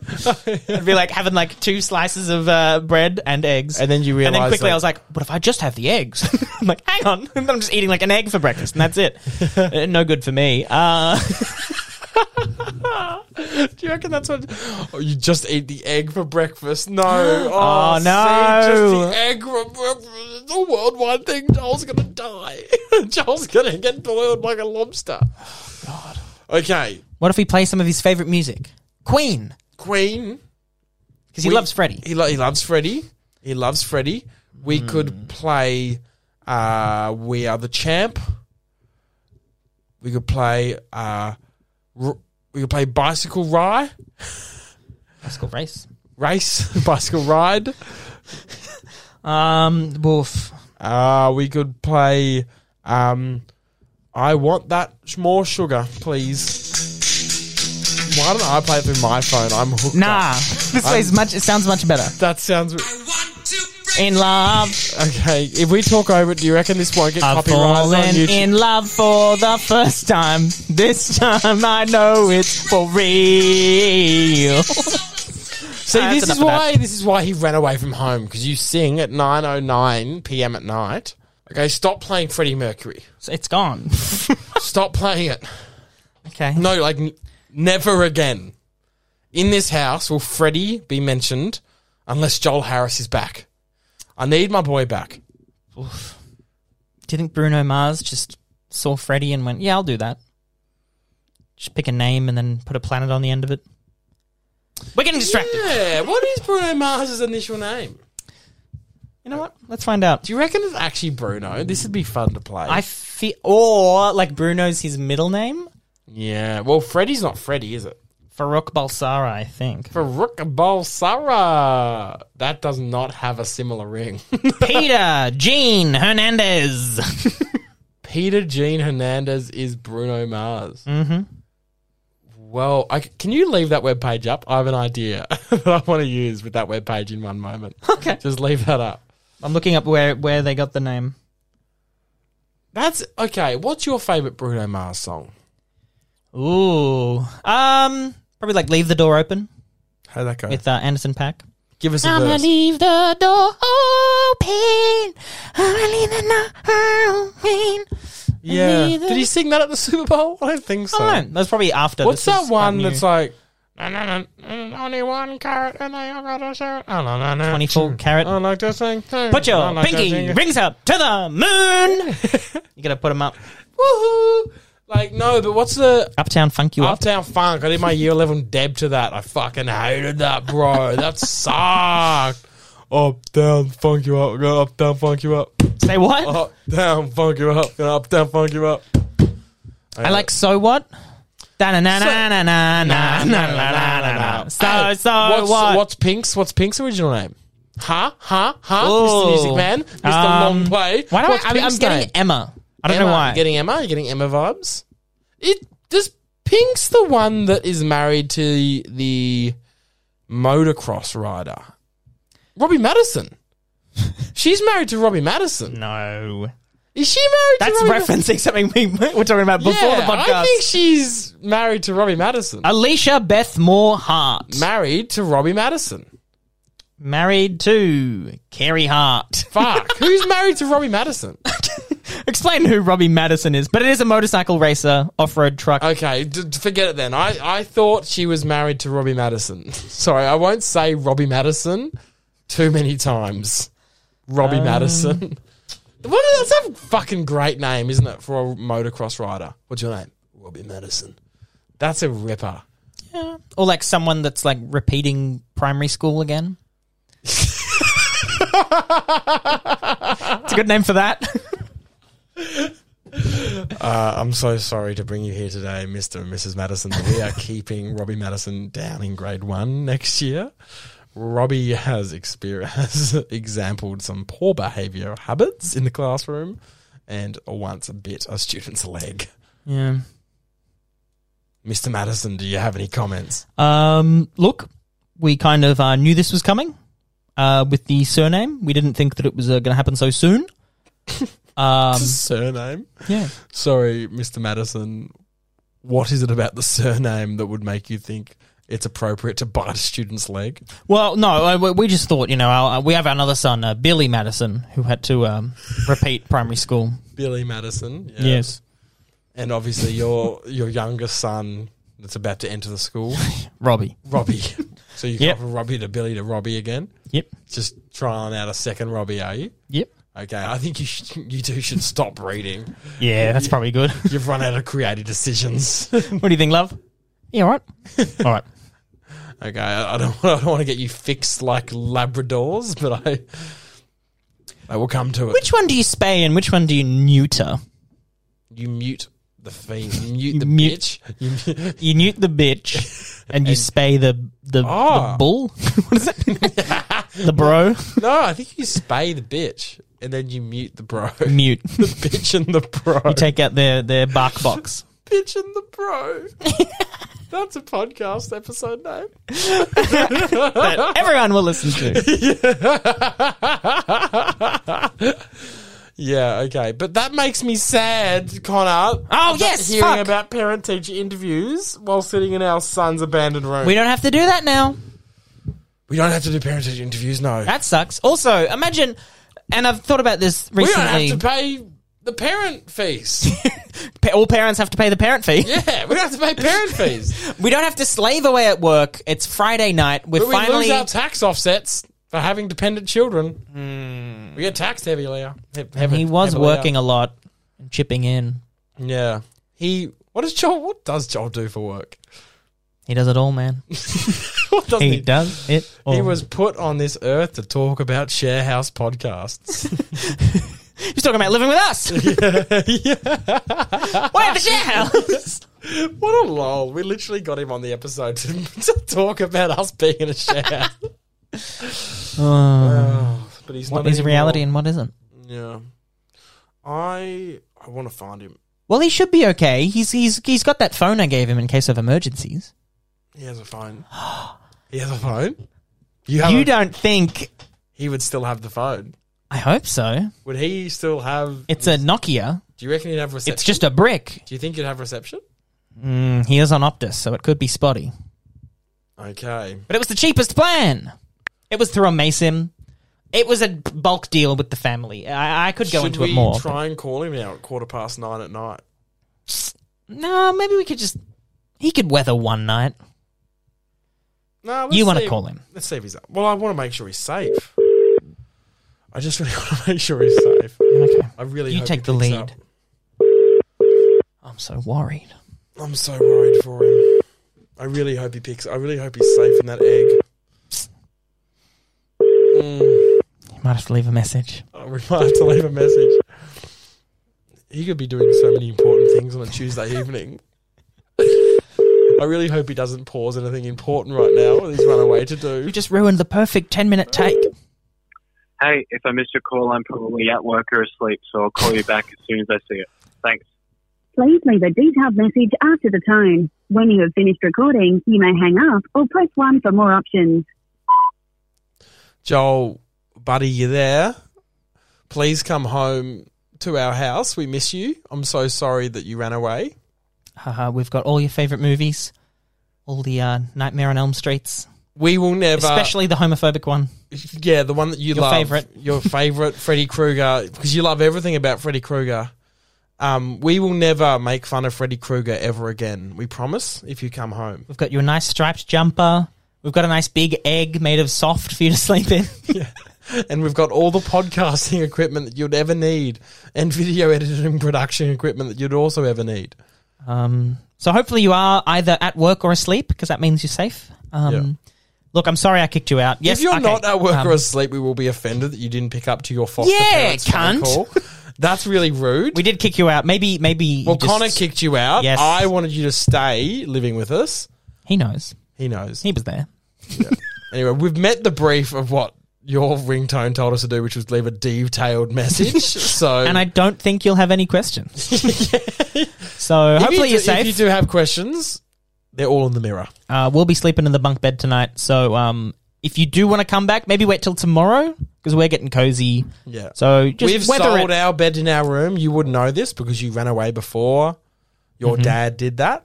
Speaker 2: I'd be like having like two slices of uh, bread and eggs.
Speaker 1: And then you
Speaker 2: And
Speaker 1: realize.
Speaker 2: then quickly
Speaker 1: like,
Speaker 2: I was like, what if I just have the eggs? I'm like, hang on. I'm just eating like an egg for breakfast and that's it. Uh, no good for me. Uh,
Speaker 1: Do you reckon that's what? Oh, you just eat the egg for breakfast? No.
Speaker 2: Oh,
Speaker 1: Oh,
Speaker 2: no.
Speaker 1: see, just the egg for breakfast. The worldwide thing. Joel's gonna die. Joel's gonna get boiled like a lobster.
Speaker 2: Oh,
Speaker 1: God. Okay,
Speaker 2: what if we play some of his favorite music? Queen.
Speaker 1: Queen.
Speaker 2: Because he
Speaker 1: We-
Speaker 2: loves Freddie.
Speaker 1: He lo- he loves Freddie. He loves Freddie.
Speaker 2: Hmm.
Speaker 1: We could play. Uh, we are the champ. We could play. Uh, r- we could play bicycle rye
Speaker 2: Bicycle race.
Speaker 1: race. bicycle ride.
Speaker 2: Um, woof.
Speaker 1: Uh, we could play. Um, I want that sh- more sugar, please. Why don't I play it through my phone? I'm hooked.
Speaker 2: Nah.
Speaker 1: up.
Speaker 2: This way's much, it sounds much better.
Speaker 1: that sounds
Speaker 2: In love.
Speaker 1: okay. If we talk over it, do you reckon this won't get
Speaker 2: I've
Speaker 1: copyrighted on
Speaker 2: fallen
Speaker 1: YouTube?
Speaker 2: in love for the first time. This time I know it's for real.
Speaker 1: See,
Speaker 2: Ah,
Speaker 1: this
Speaker 2: that's
Speaker 1: is
Speaker 2: enough of
Speaker 1: why this is why he ran away from home because you sing at nine oh nine p.m. at night. Okay, stop playing Freddie Mercury.
Speaker 2: So it's gone.
Speaker 1: Stop playing it.
Speaker 2: Okay.
Speaker 1: No, like n- never again. In this house will Freddie be mentioned unless Joel Harris is back. I need my boy back.
Speaker 2: Do you think Bruno Mars just saw Freddy and went, "Yeah, I'll do that"? Just pick a name and then put a planet on the end of it. We're getting distracted.
Speaker 1: Yeah, what is Bruno Mars's initial name?
Speaker 2: You know what? Let's find out.
Speaker 1: Do you reckon it's actually Bruno? This would be fun to play.
Speaker 2: I feel, or like Bruno's his middle name,
Speaker 1: yeah, well, Freddie's not Freddie, is it?
Speaker 2: Farouk Balsara, I think.
Speaker 1: Farouk Balsara. That does not have a similar ring.
Speaker 2: Peter Gene Hernandez.
Speaker 1: Peter Gene Hernandez is Bruno Mars. Mm-hmm. Well, I, can you leave that web page up? I have an idea that I want to use with that web page in one moment.
Speaker 2: Okay.
Speaker 1: Just leave that up.
Speaker 2: I'm looking up where, where they got the name.
Speaker 1: That's okay. What's your favorite Bruno Mars song?
Speaker 2: Ooh. Um, probably like Leave the Door Open
Speaker 1: How'd that go?
Speaker 2: with uh, Anderson Pack.
Speaker 1: Give us a verse.
Speaker 2: leave the door open. I'ma leave the door open.
Speaker 1: yeah.
Speaker 2: leave the-
Speaker 1: Did he sing that at the Super Bowl? I don't think so.
Speaker 2: Oh, no, that's probably after.
Speaker 1: What's
Speaker 2: this
Speaker 1: that
Speaker 2: is
Speaker 1: one
Speaker 2: new.
Speaker 1: that's like? "Na, na, na, na, Only one carrot, and they all got to share. it." Oh, no, no, Oh, no.
Speaker 2: 24 carat.
Speaker 1: I like to sing. too.
Speaker 2: Put
Speaker 1: I
Speaker 2: your
Speaker 1: like to
Speaker 2: pinky
Speaker 1: sing.
Speaker 2: rings up to the moon. you gotta put them up.
Speaker 1: Woohoo! Like no, but what's the
Speaker 2: Uptown funk you up.
Speaker 1: Uptown Funk? I did my year eleven deb to that. I fucking hated that, bro. That sucked. Uptown funk you up, gonna uptown Oh, funk you up,
Speaker 2: Say what?
Speaker 1: uptown funk you up, gonna uptown funk you up.
Speaker 2: I like so what. Da na na na na na na na na na na. So
Speaker 1: Hey,
Speaker 2: so
Speaker 1: what's,
Speaker 2: what?
Speaker 1: What's Pink's? What's Pink's original name? Huh? Huh? Huh?
Speaker 2: Ooh.
Speaker 1: Mr. Music Man, Mr. Long
Speaker 2: Um,
Speaker 1: Play.
Speaker 2: Why do I?
Speaker 1: What's
Speaker 2: I'm, I'm
Speaker 1: Pink's
Speaker 2: getting
Speaker 1: name?
Speaker 2: Emma. I don't
Speaker 1: Emma.
Speaker 2: know
Speaker 1: You
Speaker 2: why.
Speaker 1: getting Emma? Are you getting Emma vibes? It does Pink's the one that is married to the, the motocross rider. Robbie Madison. She's married to Robbie Madison.
Speaker 2: no,
Speaker 1: Is she married
Speaker 2: that's
Speaker 1: to Robbie Ma-
Speaker 2: referencing something we were talking about before the
Speaker 1: Yeah, I
Speaker 2: podcast.
Speaker 1: think she's married to Robbie Madison.
Speaker 2: Alicia Beth Moore Hart,
Speaker 1: married to Robbie Madison.
Speaker 2: married to Carrie Hart.
Speaker 1: Fuck. Who's married to Robbie Madison?
Speaker 2: Explain who Robbie Madison is, but it is a motorcycle racer, off-road truck.
Speaker 1: Okay, d- d- forget it then. I, I thought she was married to Robbie Madison. Sorry, I won't say Robbie Madison too many times. Robbie Madison. What is, that's a fucking great name, isn't it, for a motocross rider? What's your name? Robbie Madison. That's a ripper.
Speaker 2: Yeah. Or like someone that's like repeating primary school again. it's a good name for that.
Speaker 1: Uh, I'm so sorry to bring you here today, Mr. and Mrs. Madison. We are keeping Robbie Madison down in grade one next year. Robbie has experienced, has exampled some poor behaviour habits in the classroom and once bit a student's leg.
Speaker 2: Yeah.
Speaker 1: Mr. Madison, do you have any comments?
Speaker 2: Um, look, we kind of uh, knew this was coming uh, with the surname. We didn't think that it was uh, going to happen so soon. Um,
Speaker 1: surname?
Speaker 2: yeah.
Speaker 1: Sorry, Mr. Madison. What is it about the surname that would make you think it's appropriate to bite a student's leg?
Speaker 2: Well, no, I, we- we just thought, you know, our, we have another son, uh, Billy Madison, who had to um, repeat primary school. Uh,
Speaker 1: Billy Madison. yeah.
Speaker 2: Yes.
Speaker 1: and obviously your your youngest son that's about to enter the school,
Speaker 2: Robbie.
Speaker 1: Robbie. So you go
Speaker 2: Yep.
Speaker 1: from Robbie to Billy to Robbie again.
Speaker 2: Yep.
Speaker 1: Just trying out a second Robbie, are you?
Speaker 2: Yep.
Speaker 1: Okay, I think you sh- you two should stop reading.
Speaker 2: Yeah, that's probably good.
Speaker 1: You've run out of creative decisions.
Speaker 2: What do you think, love? Yeah, all right. all right.
Speaker 1: Okay, I, I don't I don't want to get you fixed like Labradors, but I I will come to it.
Speaker 2: Which one do you spay and which one do you neuter?
Speaker 1: you mute the fiend. You mute the
Speaker 2: mute-
Speaker 1: bitch. You mute-
Speaker 2: You newt the bitch and you spay the the,
Speaker 1: Ah.
Speaker 2: the bull. what is that? the bro
Speaker 1: no, I think you spay the bitch and then you mute the bro. The
Speaker 2: mute.
Speaker 1: bitch and the bro.
Speaker 2: Take out their their bark box.
Speaker 1: Bitch and the Bro. That's a podcast episode name.
Speaker 2: That everyone will listen to.
Speaker 1: Yeah, okay. But that makes me sad, Connor.
Speaker 2: Oh
Speaker 1: about
Speaker 2: yes,
Speaker 1: Hearing
Speaker 2: fuck.
Speaker 1: about parent teacher interviews while sitting in our son's abandoned room.
Speaker 2: we
Speaker 1: We,
Speaker 2: don't have to do that now.
Speaker 1: don't have to do parent teacher interviews, no.
Speaker 2: That sucks. Also, imagine and I've thought about this
Speaker 1: we don't have
Speaker 2: recently.
Speaker 1: to pay the parent fees.
Speaker 2: Pa- All parents have to pay the parent fee.
Speaker 1: yeah, we don't have to pay parent fees.
Speaker 2: We don't have to slave away at work. It's Friday night. We're
Speaker 1: But we
Speaker 2: finally
Speaker 1: lose our tax offsets for having dependent children. We get taxed heavily. He-
Speaker 2: Hmm. He was
Speaker 1: heavily.
Speaker 2: working a lot and chipping in.
Speaker 1: Yeah. He. What does Joel? What does Joel do for work?
Speaker 2: He does it all, man.
Speaker 1: What does
Speaker 2: He does it all.
Speaker 1: He was put on this earth to talk about sharehouse podcasts.
Speaker 2: He's talking about living with us. Why the shithouse?
Speaker 1: what a lol. We literally got him on the episode to, to talk about us being in a sharehouse.
Speaker 2: Uh,
Speaker 1: Oh, but he's
Speaker 2: What
Speaker 1: not
Speaker 2: is
Speaker 1: anymore.
Speaker 2: reality and what isn't?
Speaker 1: Yeah. I I want to find him.
Speaker 2: Well, he should be okay. He's he's he's got that phone I gave him in case of emergencies.
Speaker 1: He has a phone. He has a phone. You have.
Speaker 2: you
Speaker 1: a-
Speaker 2: don't think?
Speaker 1: he would still have the phone.
Speaker 2: I hope so.
Speaker 1: Would he still have?
Speaker 2: It's a Nokia.
Speaker 1: do you reckon he'd have reception?
Speaker 2: It's just a brick.
Speaker 1: do you think he'd have reception?
Speaker 2: Mm, he is on Optus, so it could be spotty.
Speaker 1: Okay.
Speaker 2: But it was the cheapest plan. It was through a Mason. It was a bulk deal with the family. I, I could go
Speaker 1: Should
Speaker 2: into
Speaker 1: we
Speaker 2: it more. but-
Speaker 1: try and call him now at quarter past nine at night?
Speaker 2: No, maybe we could just. He could weather one night.
Speaker 1: No, let's
Speaker 2: You want
Speaker 1: see
Speaker 2: to
Speaker 1: if-
Speaker 2: call him?
Speaker 1: Let's see if he's up. Well, I want to make sure he's safe. I just really want to make sure he's safe.
Speaker 2: Okay.
Speaker 1: I really
Speaker 2: You
Speaker 1: hope
Speaker 2: take
Speaker 1: he
Speaker 2: the
Speaker 1: picks
Speaker 2: lead.
Speaker 1: up.
Speaker 2: I'm so worried.
Speaker 1: I'm so worried for him. I really hope he picks. I really hope he's safe in that egg. Mm,
Speaker 2: You might have to leave a message.
Speaker 1: oh, we might have to leave a message. He could be doing so many important things on a Tuesday evening. I really hope he doesn't pause anything important right now. and He's run away to do.
Speaker 2: You just ruined the perfect 10 minute take.
Speaker 3: Hey, if I miss your call, I'm probably at work or asleep, so I'll call you back as soon as I see it. Thanks.
Speaker 4: Please leave a detailed message after the tone. When you have finished recording, you may hang up or press 1 for more options.
Speaker 1: Joel, buddy, you there? Please come home to our house. We miss you. I'm so sorry that you ran away.
Speaker 2: Haha, Uh, we've got all your favourite movies, all the uh, Nightmare on Elm Streets,
Speaker 1: We will never,
Speaker 2: especially the homophobic one.
Speaker 1: yeah, the one that you
Speaker 2: Your
Speaker 1: love,
Speaker 2: favourite.
Speaker 1: your favorite Freddy Krueger, because you love everything about Freddy Krueger. Um, we will never make fun of Freddy Krueger ever again. We promise. If you come home,
Speaker 2: We've got your nice striped jumper. We've got a nice big egg made of soft for you to sleep in.
Speaker 1: and we've got all the podcasting equipment that you'd ever need, and video editing and production equipment that you'd also ever need.
Speaker 2: Um, so hopefully you are either at work or asleep because that means you're safe. Um, Look, I'm sorry I kicked you out. Yes,
Speaker 1: if you're
Speaker 2: okay,
Speaker 1: not at work
Speaker 2: um,
Speaker 1: or asleep, we will be offended that you didn't pick up to your foster
Speaker 2: Yeah,
Speaker 1: parents' phone
Speaker 2: cunt.
Speaker 1: call. That's really rude.
Speaker 2: we did kick you out. Maybe, maybe. you
Speaker 1: well,
Speaker 2: just-
Speaker 1: Connor kicked you out.
Speaker 2: Yes.
Speaker 1: I wanted you to stay living with us.
Speaker 2: He knows.
Speaker 1: He knows.
Speaker 2: He was there.
Speaker 1: Anyway, we've met the brief of what your ringtone told us to do, which was leave a detailed message. so,
Speaker 2: And I don't think you'll have any questions. So
Speaker 1: if you
Speaker 2: hopefully
Speaker 1: do-
Speaker 2: you are safe.
Speaker 1: If you do have questions, they're all in the mirror.
Speaker 2: Uh, we'll be sleeping in the bunk bed tonight. So um, if you do want to come back, maybe wait till tomorrow because we're getting cozy.
Speaker 1: Yeah.
Speaker 2: So just
Speaker 1: We've
Speaker 2: weather
Speaker 1: sold
Speaker 2: it.
Speaker 1: our bed in our room. You wouldn't know this because you ran away before your
Speaker 2: Mm-hmm.
Speaker 1: dad did that.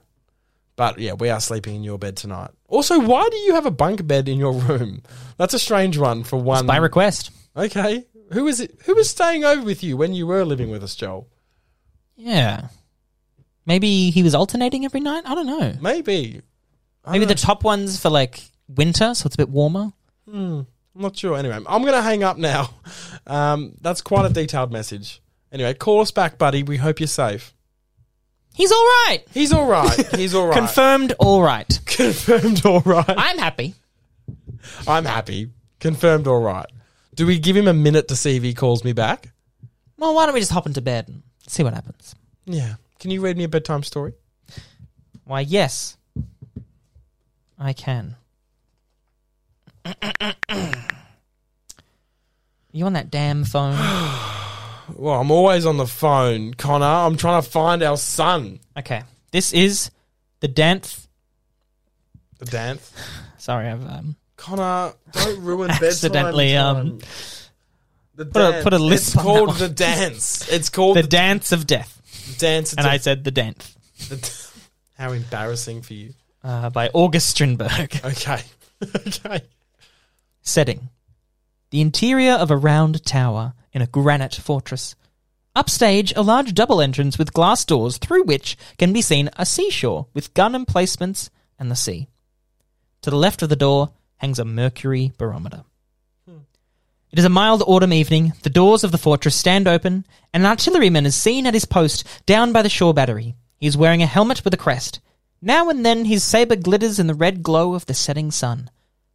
Speaker 1: But yeah, we are sleeping in your bed tonight. Also, why do you have a bunk bed in your room? That's a strange one for one.
Speaker 2: by request.
Speaker 1: okay, who is it? Who was staying over with you when you were living with us, Joel?
Speaker 2: Yeah. Maybe he was alternating every night. I don't know.
Speaker 1: Maybe
Speaker 2: Maybe the top ones for like winter, so it's a bit warmer.
Speaker 1: I'm not sure. Anyway, I'm going to hang up now. Um, that's quite a detailed message. Anyway, call us back, buddy. We hope you're safe.
Speaker 2: He's all right.
Speaker 1: He's all right. He's all right.
Speaker 2: Confirmed all right.
Speaker 1: Confirmed all right.
Speaker 2: I'm happy.
Speaker 1: I'm happy. Confirmed all right. Do we give him a minute to see if he calls me back?
Speaker 2: Well, why don't we just hop into bed and see what happens?
Speaker 1: Yeah. Can you read me a bedtime story?
Speaker 2: Why, yes. I can. you on that damn phone?
Speaker 1: Well, I'm always on the phone, Connor. I'm trying to find our son.
Speaker 2: Okay. This is the Danth.
Speaker 1: The dance.
Speaker 2: Sorry, I've um,
Speaker 1: Connor, don't ruin
Speaker 2: Accidentally,
Speaker 1: bedtime.
Speaker 2: um,
Speaker 1: time. the
Speaker 2: put a-
Speaker 1: dance.
Speaker 2: put a lisp
Speaker 1: It's
Speaker 2: on that
Speaker 1: called
Speaker 2: one.
Speaker 1: the dance. It's called
Speaker 2: the
Speaker 1: the,
Speaker 2: Dance of Death.
Speaker 1: dance. It's
Speaker 2: And
Speaker 1: a-
Speaker 2: I said the Danth
Speaker 1: the- how embarrassing for you.
Speaker 2: uh, by August Strindberg.
Speaker 1: Okay. okay.
Speaker 2: Setting The interior of a round tower in a granite fortress. Upstage, a large double entrance with glass doors through which can be seen a seashore with gun emplacements and the sea. To the left of the door hangs a mercury barometer. It is a mild autumn evening. The doors of the fortress stand open, and an artilleryman is seen at his post down by the shore battery. He is wearing a helmet with a crest. Now and then his sabre glitters in the red glow of the setting sun.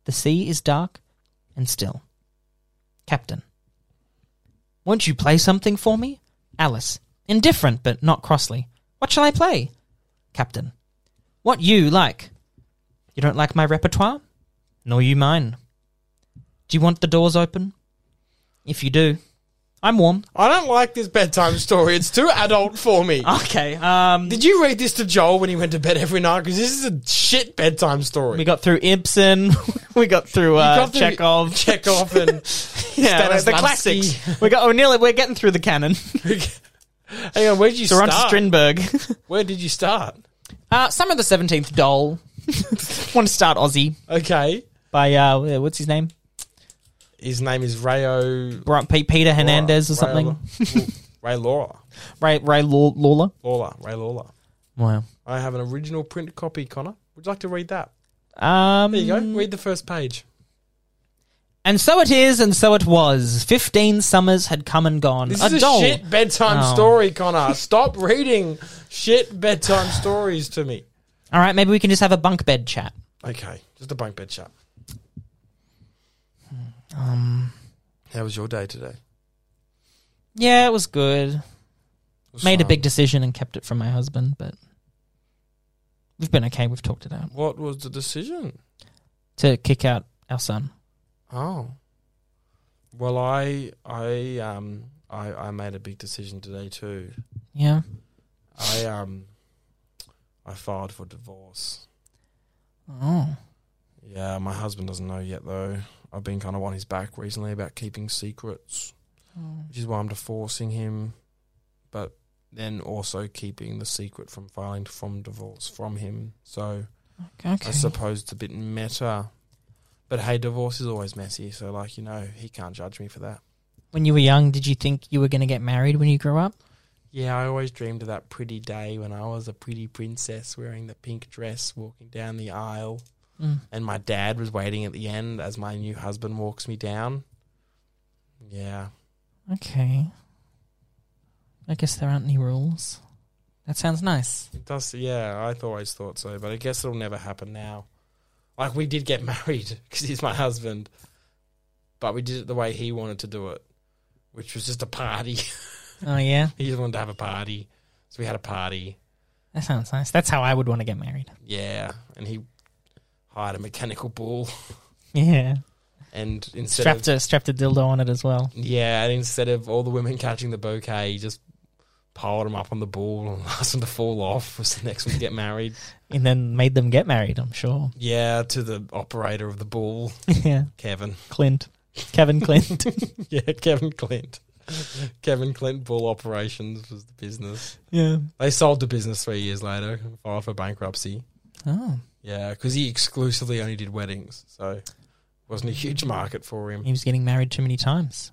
Speaker 2: The sea is dark and still. Captain. Won't you play something for me? Alice. Indifferent, but not crossly. What shall I play? Captain. What you like. You don't like my repertoire? Nor you mine. Do you want the doors open? If you do, I'm warm.
Speaker 1: I don't like this bedtime story. It's too adult for me.
Speaker 2: Okay. Um,
Speaker 1: Did you read this to Joel when he went to bed every night? Because this is a shit bedtime story.
Speaker 2: we got through Ibsen. we got through, uh,
Speaker 1: got through
Speaker 2: Chekhov.
Speaker 1: Chekhov and
Speaker 2: yeah, that's the
Speaker 1: Stanislavski.
Speaker 2: classics. we got. Oh, nearly. We're getting through the canon.
Speaker 1: hang on, where did you
Speaker 2: so we're on
Speaker 1: start?
Speaker 2: to Strindberg.
Speaker 1: where did you start?
Speaker 2: Uh, Summer of the Seventeenth. Doll. Want to start Aussie
Speaker 1: Okay,
Speaker 2: by uh, what's his name?
Speaker 1: his name is Rayo
Speaker 2: Bra- P- Peter Hernandez or something.
Speaker 1: Ray Laura,
Speaker 2: Ray Ray Law- Lawler.
Speaker 1: Lawler, Ray Lawler.
Speaker 2: Wow.
Speaker 1: I have an original print copy. Connor, would you like to read that?
Speaker 2: Um,
Speaker 1: There you go. Read the first page.
Speaker 2: And so it is, and so it was. Fifteen summers had come and gone.
Speaker 1: This
Speaker 2: a
Speaker 1: is a
Speaker 2: doll.
Speaker 1: shit bedtime
Speaker 2: Oh.
Speaker 1: story, Connor. Stop reading shit bedtime stories to me.
Speaker 2: All right, maybe we can just have a bunk bed chat.
Speaker 1: Okay, just a bunk bed chat. Um,
Speaker 2: Um,
Speaker 1: how was your day today?
Speaker 2: Yeah, it was good. Made a big decision and kept it from my husband, but we've been okay. We've talked it out
Speaker 1: What was the decision?
Speaker 2: to kick out our son.
Speaker 1: Oh. Well, I I um I I made a big decision today too.
Speaker 2: Yeah.
Speaker 1: I um I filed for divorce.
Speaker 2: Oh.
Speaker 1: Yeah, my husband doesn't know yet though. I've been kind of on his back recently about keeping secrets, which is why I'm divorcing him, but then also keeping the secret from filing from divorce from him. So
Speaker 2: Okay.
Speaker 1: I suppose it's a bit meta. But hey, divorce is always messy, so like you know, he can't judge me for that.
Speaker 2: when you were young, did you think you were going to get married when you grew up?
Speaker 1: Yeah, I always dreamed of that pretty day when I was a pretty princess wearing the pink dress walking down the aisle.
Speaker 2: Mm.
Speaker 1: And my dad was waiting at the end as my new husband walks me down. Yeah.
Speaker 2: Okay. I guess there aren't any rules. That sounds nice.
Speaker 1: It does, yeah, I th- always thought so, but I guess it'll never happen now. Like, we did get married because he's my husband, but we did it the way he wanted to do it, which was just a party.
Speaker 2: Oh yeah,
Speaker 1: he just wanted to have a party. So we had a party.
Speaker 2: that sounds nice. That's how I would want to get married.
Speaker 1: Yeah. And he hired a mechanical bull.
Speaker 2: Yeah.
Speaker 1: And instead of
Speaker 2: strapped a strapped a dildo on it as well.
Speaker 1: Yeah, and instead of all the women catching the bouquet, he just piled them up on the ball and asked them to fall off. Was the next one to get married?
Speaker 2: And then made them get married, I'm sure.
Speaker 1: Yeah, to the operator of the ball,
Speaker 2: yeah.
Speaker 1: Kevin.
Speaker 2: Clint. Kevin Clint.
Speaker 1: Yeah, Kevin Clint. Kevin Clint Bull Operations was the business.
Speaker 2: yeah.
Speaker 1: They sold the business three years later, filed for bankruptcy.
Speaker 2: Oh.
Speaker 1: Yeah, because he exclusively only did weddings, so wasn't a huge market for him.
Speaker 2: He was getting married too many times.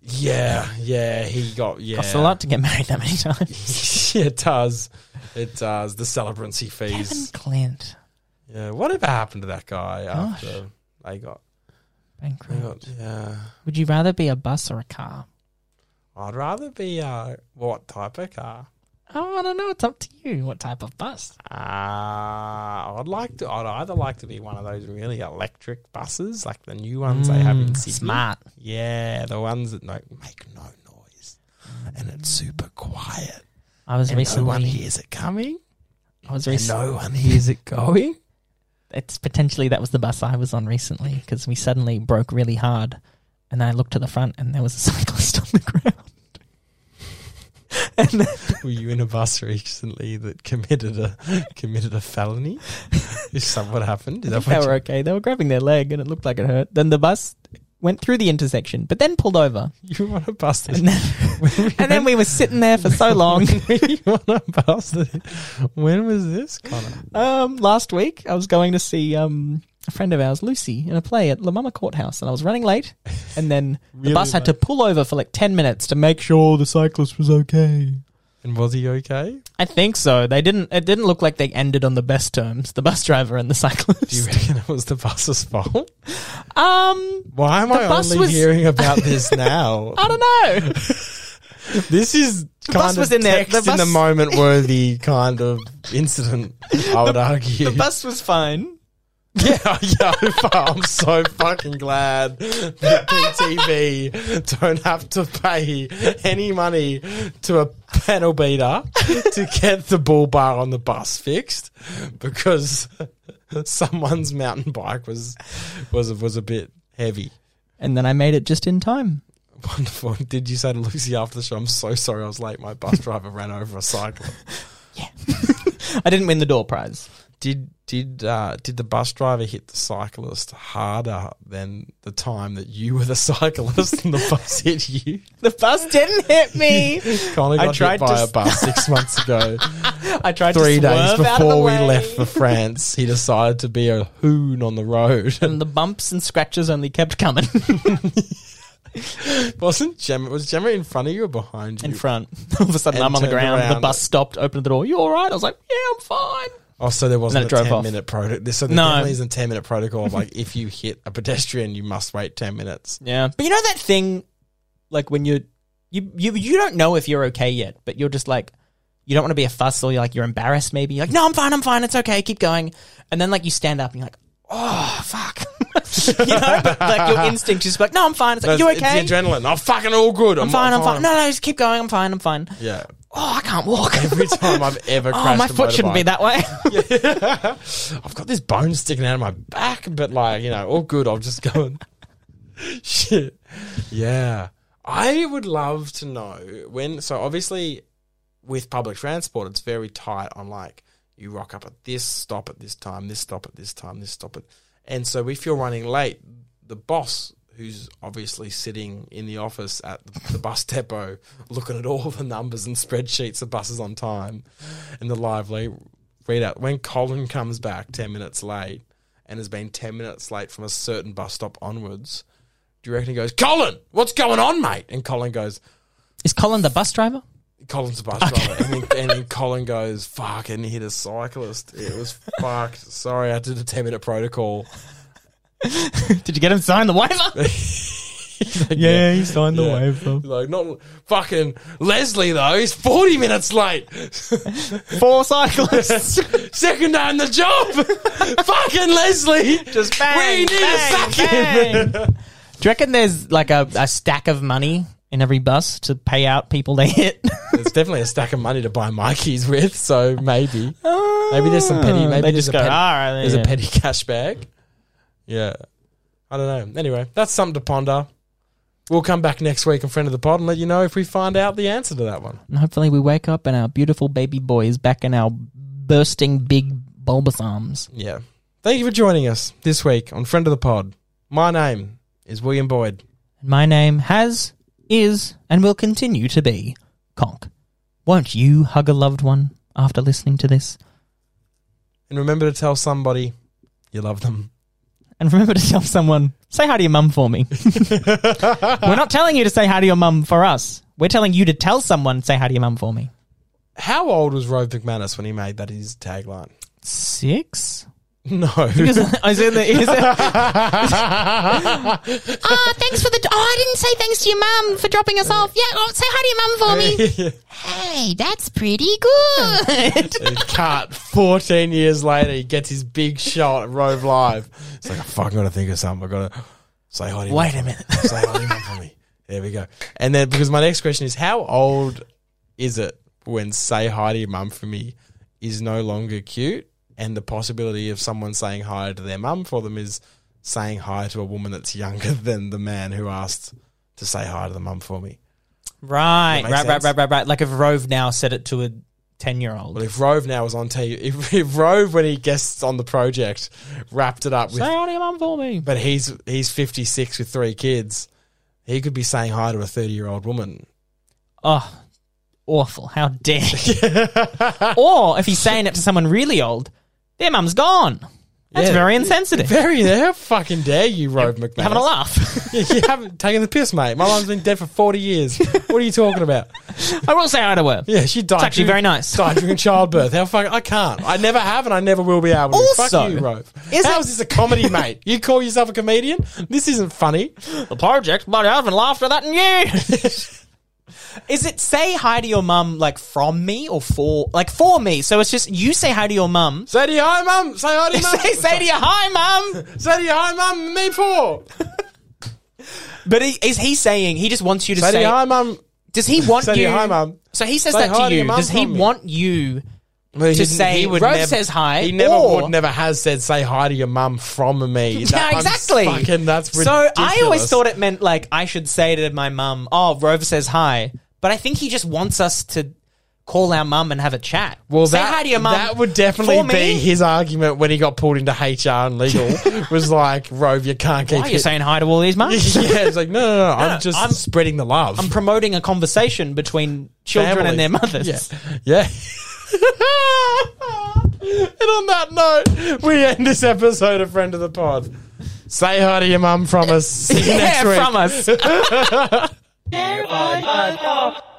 Speaker 1: Yeah, yeah, he got yeah.
Speaker 2: Costs a lot to get married that many times.
Speaker 1: it does. It does. The celebrancy fees.
Speaker 2: Kevin Clint.
Speaker 1: Yeah, whatever happened to that guy
Speaker 2: Gosh.
Speaker 1: after they got, they
Speaker 2: Bankrupt.
Speaker 1: got? Yeah,
Speaker 2: Would you rather be a bus or a car?
Speaker 1: I'd rather be uh, what type of car?
Speaker 2: Oh, I don't know. It's up to you. What type of bus?
Speaker 1: Uh, I'd like to. I'd either like to be one of those really electric buses, like the new ones they have in Sydney.
Speaker 2: Mm, Smart.
Speaker 1: Yeah, the ones that like make no noise and it's super quiet.
Speaker 2: I was
Speaker 1: And no one
Speaker 2: recently.
Speaker 1: hears it coming.
Speaker 2: I was
Speaker 1: And
Speaker 2: recently.
Speaker 1: no one hears it going.
Speaker 2: It's potentially that was the bus I was on recently because we suddenly broke really hard, and I looked to the front and there was a cyclist on the ground. and
Speaker 1: Were you in a bus recently that committed a committed a felony? Is that what happened? Is
Speaker 2: I
Speaker 1: that
Speaker 2: think they
Speaker 1: what you-
Speaker 2: were okay. They were grabbing their leg, and it looked like it hurt. Then the bus went through the intersection, but then pulled over.
Speaker 1: You want a bus that
Speaker 2: And then, and then we were sitting there for so long.
Speaker 1: you want a bus that when was this, Connor?
Speaker 2: Um, last week, I was going to see um, a friend of ours, Lucy, in a play at La Mama Courthouse, and I was running late. And then the
Speaker 1: Really
Speaker 2: bus had to
Speaker 1: late.
Speaker 2: pull over for like ten minutes to make sure the cyclist was okay.
Speaker 1: And was he okay?
Speaker 2: I think so. They didn't. It didn't look like they ended on the best terms. The bus driver and the
Speaker 1: Do you
Speaker 2: cyclist.
Speaker 1: reckon it was the bus's fault?
Speaker 2: Um,
Speaker 1: Why am
Speaker 2: The
Speaker 1: I
Speaker 2: bus
Speaker 1: only
Speaker 2: was-
Speaker 1: hearing about this now?
Speaker 2: I don't know.
Speaker 1: this is
Speaker 2: bus
Speaker 1: kind of
Speaker 2: was in there. The
Speaker 1: text in the
Speaker 2: bus-
Speaker 1: moment worthy kind of incident. I would argue.
Speaker 2: the bus was fine.
Speaker 1: yeah, yeah. I'm so fucking glad that PTV don't have to pay any money to a panel beater to get the bull bar on the bus fixed because someone's mountain bike was was was a bit heavy.
Speaker 2: And then I made it just in time.
Speaker 1: Wonderful. Did you say to Lucy after the show, I'm so sorry I was late. My bus driver ran over a cyclist.
Speaker 2: I didn't win the door prize.
Speaker 1: Did did uh, did the bus driver hit the cyclist harder than the time that you were the cyclist and the bus hit you?
Speaker 2: The bus didn't hit me.
Speaker 1: Connor
Speaker 2: I
Speaker 1: got hit
Speaker 2: tried
Speaker 1: by
Speaker 2: to
Speaker 1: a
Speaker 2: s-
Speaker 1: bus six months ago.
Speaker 2: I tried
Speaker 1: Three
Speaker 2: to
Speaker 1: days
Speaker 2: swerve out of the
Speaker 1: before we
Speaker 2: way.
Speaker 1: left for France, he decided to be a hoon on the road.
Speaker 2: and the bumps and scratches only kept coming
Speaker 1: Wasn't Gemma? Was Gemma in front of you or behind you?
Speaker 2: in front. All of a sudden,
Speaker 1: And
Speaker 2: I'm on the
Speaker 1: turned
Speaker 2: ground. The
Speaker 1: around.
Speaker 2: bus stopped, opened the door. You all right? I was like, yeah, I'm fine.
Speaker 1: Oh, so there wasn't
Speaker 2: And
Speaker 1: a
Speaker 2: then it drove
Speaker 1: ten
Speaker 2: off.
Speaker 1: minute protocol. So there
Speaker 2: No.
Speaker 1: definitely isn't a ten minute protocol. of, like if you hit a pedestrian, you must wait ten minutes.
Speaker 2: Yeah, but you know that thing, like when you you you you don't know if you're okay yet, but you're just like you don't want to be a fuss or you're like you're embarrassed. Maybe you're like, no, I'm fine, I'm fine, it's okay, keep going. And then like you stand up and you're like, oh fuck, you know, but like your instinct is like, no, I'm fine. It's like, you
Speaker 1: It's-
Speaker 2: okay?
Speaker 1: It's the adrenaline. I'm fucking all good.
Speaker 2: I'm fine, I'm fine. No, no, just keep going. I'm fine, I'm fine.
Speaker 1: Yeah.
Speaker 2: Oh, I can't walk.
Speaker 1: Every time I've ever crashed,
Speaker 2: oh, my
Speaker 1: a
Speaker 2: foot
Speaker 1: motorbike,
Speaker 2: shouldn't be that way.
Speaker 1: I've got this bone sticking out of my back, but like you know, all good. I'll just go and shit. Yeah, I would love to know when. So obviously, with public transport, it's very tight on like you rock up at this stop at this time, this stop at this time, this stop at, and so if you're running late, the boss. Who's obviously sitting in the office at the bus depot, looking at all the numbers and spreadsheets of buses on time, and the lively readout. When Colin comes back 10 minutes late and has been 10 minutes late from a certain bus stop onwards, do you reckon he goes, Colin, what's going on, mate? And Colin goes,
Speaker 2: Is Colin the bus driver?
Speaker 1: Colin's a bus driver. and, then, and then Colin goes, fuck, and hit a cyclist. It was fucked. Sorry, I did a 10 minute protocol.
Speaker 2: Did you get him to sign the waiver? yeah, he signed
Speaker 1: Yeah. Like, not fucking Leslie, though. He's 40 minutes late.
Speaker 2: Four cyclists.
Speaker 1: Second day in the job. fucking Leslie.
Speaker 2: Just bang,
Speaker 1: We need
Speaker 2: bang,
Speaker 1: a second.
Speaker 2: bang. Do you reckon there's like a, a stack of money in every bus to pay out people they hit?
Speaker 1: It's definitely a stack of money to buy my keys with, so maybe. Maybe there's some petty. Maybe
Speaker 2: they
Speaker 1: there's
Speaker 2: just
Speaker 1: a
Speaker 2: go,
Speaker 1: petty,
Speaker 2: all right.
Speaker 1: there's
Speaker 2: yeah.
Speaker 1: a petty cash bag. Yeah, I don't know. Anyway, that's something to ponder. We'll come back next week in front of the pod and let you know if we find out the answer to that one.
Speaker 2: And hopefully we wake up and our beautiful baby boy is back in our bursting big bulbous arms.
Speaker 1: Yeah. Thank you for joining us this week on Friend of the Pod. My name is William Boyd.
Speaker 2: And my name has, is, and will continue to be Conk. Won't you hug a loved one after listening to this?
Speaker 1: And remember to tell somebody you love them.
Speaker 2: And remember to tell someone, say hi to your mum for me. We're not telling you to say hi to your mum for us. We're telling you to tell someone, say hi to your mum for me.
Speaker 1: How old was Rove McManus when he made that his tagline?
Speaker 2: Six?
Speaker 1: No.
Speaker 2: Is it, is it, is it, oh, thanks for the. Oh, I didn't say thanks to your mum for dropping us off. Yeah, oh, say hi to your mum for me. Hey, that's pretty good.
Speaker 1: cut 14 years later he gets his big shot at Rove Live it's like I fucking gotta think of something I gotta say hi to him
Speaker 2: Wait a minute.
Speaker 1: say hi to him for me there we go and then because my next question is how old is it when say hi to your mum for me is no longer cute and the possibility of someone saying hi to their mum for them is saying hi to a woman that's younger than the man who asked to say hi to the mum for me
Speaker 2: Right,
Speaker 1: That
Speaker 2: right,
Speaker 1: makes
Speaker 2: right,
Speaker 1: sense.
Speaker 2: right, right, right. Like if Rove now said it to a 10 year old.
Speaker 1: Well, if Rove now was on TV, if, if Rove, when he guests on the project, wrapped it up with,
Speaker 2: Say hi to your mum for me.
Speaker 1: but he's he's fifty six with three kids, he could be saying hi to a thirty year old woman.
Speaker 2: Oh, awful. How dare you. or if he's saying it to someone really old, their mum's gone. That's
Speaker 1: Yeah.
Speaker 2: very insensitive.
Speaker 1: Very, how fucking dare you, Rove McMahon?
Speaker 2: Having a laugh.
Speaker 1: you haven't taken the piss, mate. My mum's been dead for forty years. What are you talking about?
Speaker 2: I will say hi to her.
Speaker 1: Yeah, she died.
Speaker 2: It's actually
Speaker 1: during-
Speaker 2: very nice.
Speaker 1: Died during childbirth. How fucking I can't. I never have, and I never will be able to.
Speaker 2: Also,
Speaker 1: Fuck you, Rove.
Speaker 2: is
Speaker 1: How
Speaker 2: it-
Speaker 1: is this a comedy, mate? You call yourself a comedian? This isn't funny.
Speaker 2: the project, but I haven't laughed at that in years. Is it say hi to your mum like from me or for like for me? So it's just you say hi to your mum.
Speaker 1: Say to your hi, mum. Say hi to your mum.
Speaker 2: say, say to your hi mum.
Speaker 1: Say to your hi, mum. Me poor.
Speaker 2: But he, is he saying he just wants you to
Speaker 1: Say
Speaker 2: say?
Speaker 1: to your hi, mum.
Speaker 2: does he want
Speaker 1: Say to
Speaker 2: you?
Speaker 1: your hi, mum.
Speaker 2: So he says
Speaker 1: Say
Speaker 2: that
Speaker 1: hi
Speaker 2: to
Speaker 1: to your
Speaker 2: you.
Speaker 1: mum
Speaker 2: Does he
Speaker 1: from me.
Speaker 2: want you?
Speaker 1: Well, he
Speaker 2: to
Speaker 1: didn't-
Speaker 2: say
Speaker 1: he would
Speaker 2: Rove
Speaker 1: never-
Speaker 2: says hi.
Speaker 1: He never
Speaker 2: or,
Speaker 1: would, never has said say hi to your mum from me. That-
Speaker 2: yeah,
Speaker 1: I'm
Speaker 2: exactly.
Speaker 1: Fucking, that's
Speaker 2: so. I always
Speaker 1: ridiculous.
Speaker 2: thought it meant like I should say to my mum, "Oh, Rover says hi," but I think he just wants us to call our mum and have a chat.
Speaker 1: Well,
Speaker 2: say
Speaker 1: that,
Speaker 2: hi to your mum.
Speaker 1: That would definitely
Speaker 2: For
Speaker 1: be
Speaker 2: me?
Speaker 1: his argument when he got pulled into HR and legal. was like, Rove, you can't keep.
Speaker 2: Why are you
Speaker 1: it."
Speaker 2: saying hi to all these mums?
Speaker 1: yeah, it's like no, no, no. I'm just
Speaker 2: I'm-
Speaker 1: spreading the love.
Speaker 2: I'm promoting a conversation between children
Speaker 1: Family.
Speaker 2: and their mothers.
Speaker 1: Yeah. yeah. and on that note, we end this episode of Friend of the Pod. Say hi to your mum from us. See you next
Speaker 2: Yeah,
Speaker 1: week.
Speaker 2: from us.
Speaker 5: Air on the top.